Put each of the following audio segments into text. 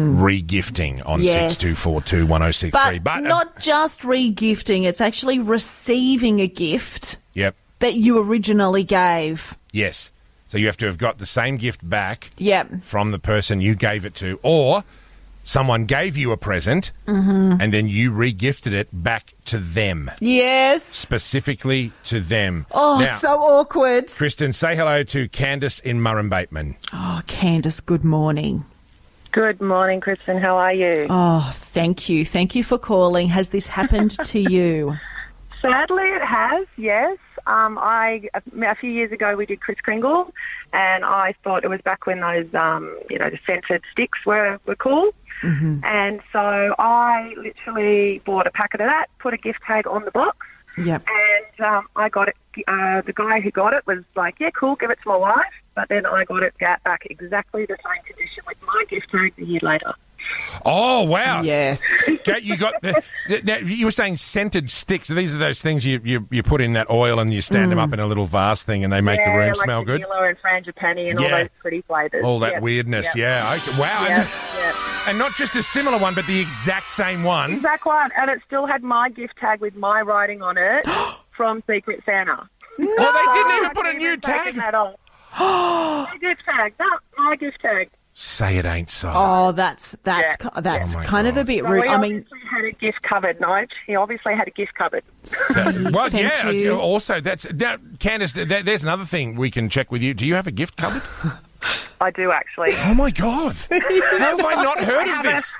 regifting on Yes. 62421063. But, But, um, not just regifting, it's actually receiving a gift yep, that you originally gave. yes. So you have to have got the same gift back Yep. from the person you gave it to, or someone gave you a present and then you regifted it back to them, Yes. specifically to them. Oh, now, so awkward. Kristen, say hello to Candace in Murrum Bateman. Oh, Candace, good morning. Good morning, Kristen. How are you? Oh, thank you. Thank you for calling. Has this happened to you? Sadly, it has. Yes, um, I a few years ago we did Kris Kringle, and I thought it was back when those um, you know the scented sticks were were cool. And so I literally bought a packet of that, put a gift tag on the box, Yep. and um, I got it. Uh, the guy who got it was like, "Yeah, cool, give it to my wife." But then I got it ga- back exactly the same condition with my gift tag a year later. Oh, wow. Yes. Ga- You got the, the- now, you were saying scented sticks. These are those things you, you, you put in that oil and you stand them up in a little vase thing and they make the Yeah, room like smell good. vanilla and frangipani and all Yeah. those pretty flavors. All that Yep. weirdness, Yep. yeah. Okay. Wow, Yep, And, yep. and not just a similar one, but the exact same one. That one, and it still had my gift tag with my writing on it from Secret Santa. Oh, they didn't So even I put a couldn't new even take tag. it at all. my gift tag. No, my gift tag. Say it ain't so. Oh, that's that's Yeah. ki- that's Oh my kind of God. a bit So rude. he I mean, obviously had a gift cupboard, Nige. He obviously had a gift cupboard. So- well, Thank yeah. uh, you. Also, that's now, Candice. There, there's another thing we can check with you. Do you have a gift cupboard? I do actually. Oh my god! How have I not heard of this?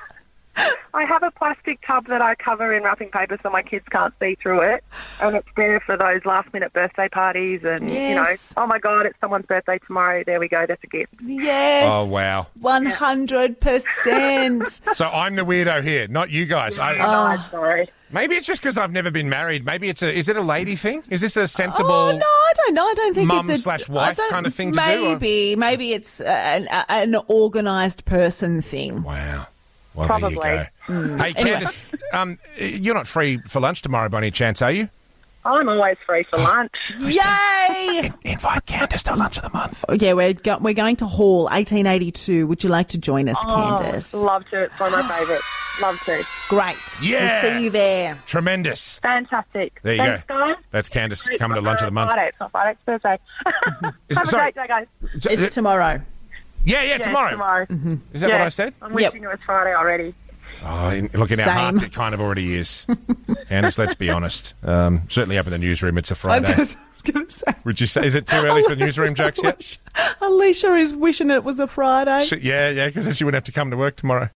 I have a plastic tub that I cover in wrapping paper so my kids can't see through it, and it's there for those last-minute birthday parties and you know, Yes. oh my god, it's someone's birthday tomorrow. There we go, that's a gift. yes. Oh wow! One hundred percent. So I'm the weirdo here, not you guys. I, Ah. Nige, sorry. maybe it's just because I've never been married. Maybe it's a. Is it a lady thing? Is this a sensible? Oh no, I don't know. I don't think mum it's a slash I wife don't- kind of thing to do, or- Maybe, maybe it's uh, an, an organised person thing. Wow. Well, there Probably. Mm. you go. Hey, Candice, um, you're not free for lunch tomorrow by any chance, are you? I'm always free for lunch. Yay! Invite Candice to lunch of the month. Oh, yeah, we're go- we're going to Hall 1882. Would you like to join us, Candace? Ah. Oh, love to. It's one of my favourites. Love to. Great. Yeah. We'll see you there. Tremendous. Fantastic. There you Thanks, go. guys. That's Candice Great. coming to lunch of the month. Friday. It's not Friday. It's Thursday. Is- Have sorry. a great day, guys. So- It's tomorrow. yeah, yeah, Yeah, tomorrow. Tomorrow. Is that Yeah. what I said? I'm Yep. wishing it was Friday already. Oh, in, look, in our Same. hearts, it kind of already is. Candice, let's be honest. Um, certainly up in the newsroom, it's a I'm Friday. just going to say. Would you say, is it too early for the newsroom jokes yet? Alicia is wishing it was a Friday. She- yeah, yeah, because then she wouldn't have to come to work tomorrow.